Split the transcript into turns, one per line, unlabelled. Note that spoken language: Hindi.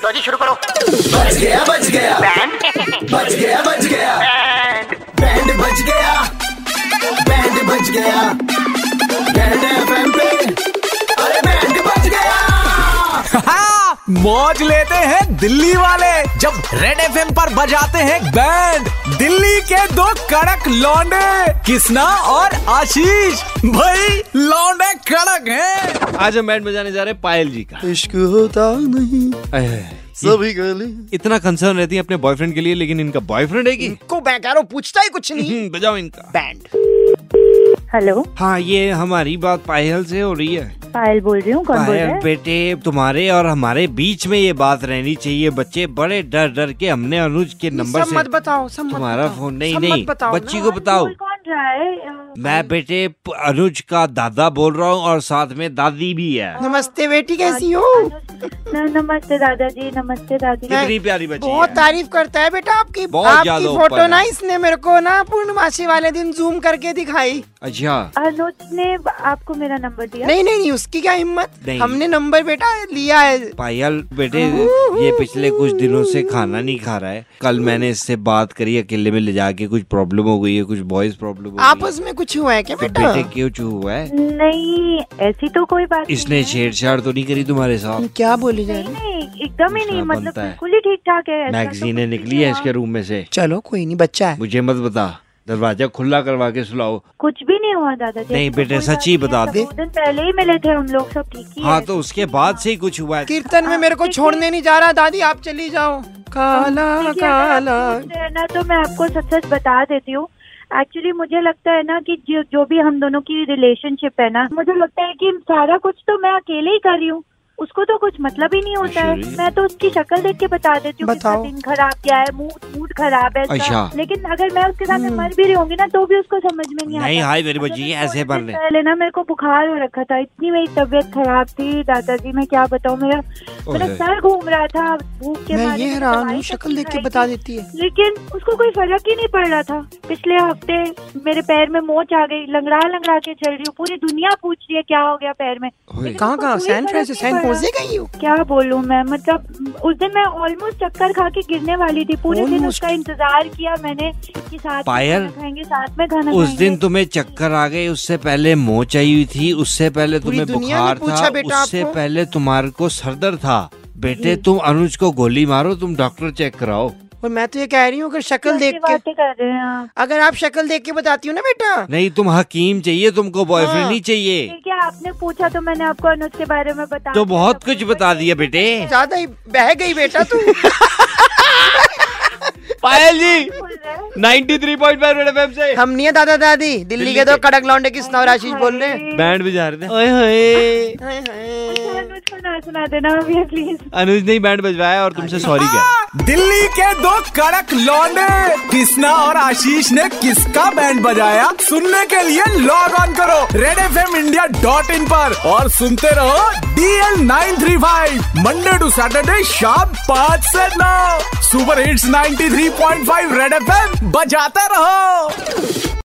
लो तो जी शुरू करो
बच गया बच गया
बैंड
बच गया बच गया
बैंड
बैंड बच गया बैंड बच गया बैंड एफएम पे अरे बैंड बच गया
हाँ, मौज लेते हैं दिल्ली वाले जब रेड एफ पर बजाते हैं बैंड दिल्ली के दो कड़क लौंडे किसना और आशीष भाई लौंडे कड़क हैं
आज हम बैंड बजाने जा रहे हैं पायल जी का
इश्क होता नहीं
अह,
सभी गले
इतना कंसर्न रहती है अपने बॉयफ्रेंड के लिए लेकिन इनका बॉयफ्रेंड है कि
को मैं कह रहा हूँ पूछता ही कुछ नहीं
हम्म, बजाओ इनका
बैंड
हेलो
हाँ ये हमारी बात पायल से हो रही है
पायल बोल रही हूँ कौन बोल रहा
पायल
है
बेटे तुम्हारे और हमारे बीच में ये बात रहनी चाहिए बच्चे बड़े डर डर के हमने अनुज के नंबर
सब मत
से
बताओ सब मत
तुम्हारा
बताओ,
फोन नहीं
सब मत
नहीं
बताओ
बच्ची
ना।
को बताओ
बोल कौन रहा है अ,
मैं बेटे प- अनुज का दादा बोल रहा हूँ और साथ में दादी भी है
नमस्ते बेटी कैसी हो
न- नमस्ते दादाजी नमस्ते दादी
मैं-
कितनी प्यारी बच्ची
बहुत
है
तारीफ करता है बेटा आपकी
बहुत
आपकी
ज्यादा ऊपर
फोटो
है।
ना इसने मेरे को ना पूर्णमासी वाले दिन जूम करके दिखाई
अच्छा
अनुज ने आपको मेरा नंबर दिया
नहीं नहीं नहीं उसकी क्या हिम्मत
नहीं।
हमने नंबर बेटा लिया है
पायल बेटे ये पिछले कुछ दिनों से खाना नहीं खा रहा है कल मैंने इससे बात करी अकेले में ले जाके कुछ प्रॉब्लम हो गई है कुछ बॉयज प्रॉब्लम हो गई है।
आपस में कुछ हुआ है क्या
तो
बेटा
बेटे क्यों चू हुआ है
नहीं ऐसी तो कोई बात
इसने
नहीं है।
छेड़छाड़ तो नहीं करी तुम्हारे साथ
क्या बोली जा रही
नहीं नहीं एकदम ही
पूछना
नहीं मतलब
बनता है।
बिल्कुल ही ठीक ठाक है ऐसा
मैगजीने
तो कुछ
निकली
नहीं
है
हुआ।
इसके रूम में से
चलो कोई नहीं बच्चा है
मुझे मत बता दरवाजा खुला करवा के सुलाओ
कुछ भी नहीं हुआ दादाजी
नहीं,
ऐसी तो
बेटे,
कोई बात
सच्ची
नहीं है।
बता
सब
दे।
दो दिन पहले ही मिले थे हम लोग सब ठीक ही
हाँ
है।
तो उसके बाद से ही कुछ हुआ है
कीर्तन में मेरे को
देखिए-
छोड़ने नहीं जा रहा दादी आप चली जाओ काला
देखिए, अगर
हाँ, काला
आप पूछ रहे हैं ना तो मैं आपको सच सच बता देती हूँ एक्चुअली मुझे लगता है ना कि जो जो भी हम दोनों की रिलेशनशिप है ना मुझे लगता है कि सारा कुछ तो मैं अकेले ही कर रही हूँ उसको तो कुछ मतलब ही नहीं होता है
अश्विनी।
मैं तो उसकी शक्ल देख के बता देती हूँ कि इसका
बताओ।
दिन खराब क्या है मूड मूड खराब है इसका।
अच्छा।
लेकिन अगर मैं उसके
हम्म।
साथ मर भी रही होंगी ना तो भी उसको समझ में तो नहीं आता
नहीं हाय मेरी
अगर
बच्ची
मैं
ऐसे
थोड़े
बन
दिन
रहे
पहले ना मेरे को बुखार हो रखा था इतनी मेरी तबीयत खराब थी दादाजी मैं क्या बताऊँ मेरा मेरा
ओहे।
सर घूम रहा था भूख के
मैं
मारे
ये
मैंने
हैरान
दवाई
हूँ
तक
शक्ल देख के
नहीं
बता
खाई थी।
देती है
लेकिन उसको कोई फर्क ही नहीं पड़ रहा था पिछले हफ्ते मेरे पैर में मोच आ गई लंगड़ा लंगड़ा के चल रही हूँ पूरी दुनिया पूछ रही है क्या हो गया पैर में लेकिन
कहाँ
उसको
कहाँ
कोई
सैन
फर्क
फ्रांसिस
नहीं
सैन
पड़ा।
पोजे गई हो
क्या बोलूँ मैं मतलब उस दिन मैं ऑलमोस्ट चक्कर खा के गिरने वाली थी पूरे दिन
Almost?
उसका इंतजार किया मैंने कि साथ
पायल,
में खाना खाएंगे साथ में खाना
उस
खाएंगे।
दिन
तो
तुम्हें चक्कर आ गए उससे पहले मोच आई हुई थी उससे पहले
पूरी
तुम्हें
दुनिया ने
बुखार
पूछा
था
बेटा
उससे
आपको।
पहले तुम्हारे को सरदर्द था बेटे तुम अनुज को गोली मारो तुम डॉक्टर चेक कराओ
और मैं तो ये कह रही हूँ अगर शक्ल
कैसी
देख के
बातें कर रहे हैं आप
अगर आप शक्ल देख के बताती हो ना बेटा
नहीं तुम हकीम चाहिए तुमको बॉयफ्रेंड नहीं चाहिए
हाँ। ठीक है आपने पूछा तो मैंने आपको अनुज के बारे में बताया अच्छा।
तो बहुत कुछ बता दिया बेटे
ज्यादा ही बह गई बेटा तू
पायल जी 93.5 एफएम से
हाँ।
हम नहीं है दादा दादी दिल्ली के दो कड़क लौंडे किस और आशीष बोल रहे हैं
बैंड बजा रहे थे ओए होए
हाय, हाय।
अनुज को ना सुना देना भैया प्लीज
अनुज ने ही बैंड बजवाया और तुमसे सॉरी कहा
दिल्ली के दो कड़क लौंडे किसना और आशीष ने किसका बैंड बजाया सुनने के लिए लॉग ऑन करो redfmindia.in पर और सुनते रहो DL935 मंडे टू सैटरडे शाम पाँच से नौ सुपर हिट्स 93.5 रेड एफएम बजाते रहो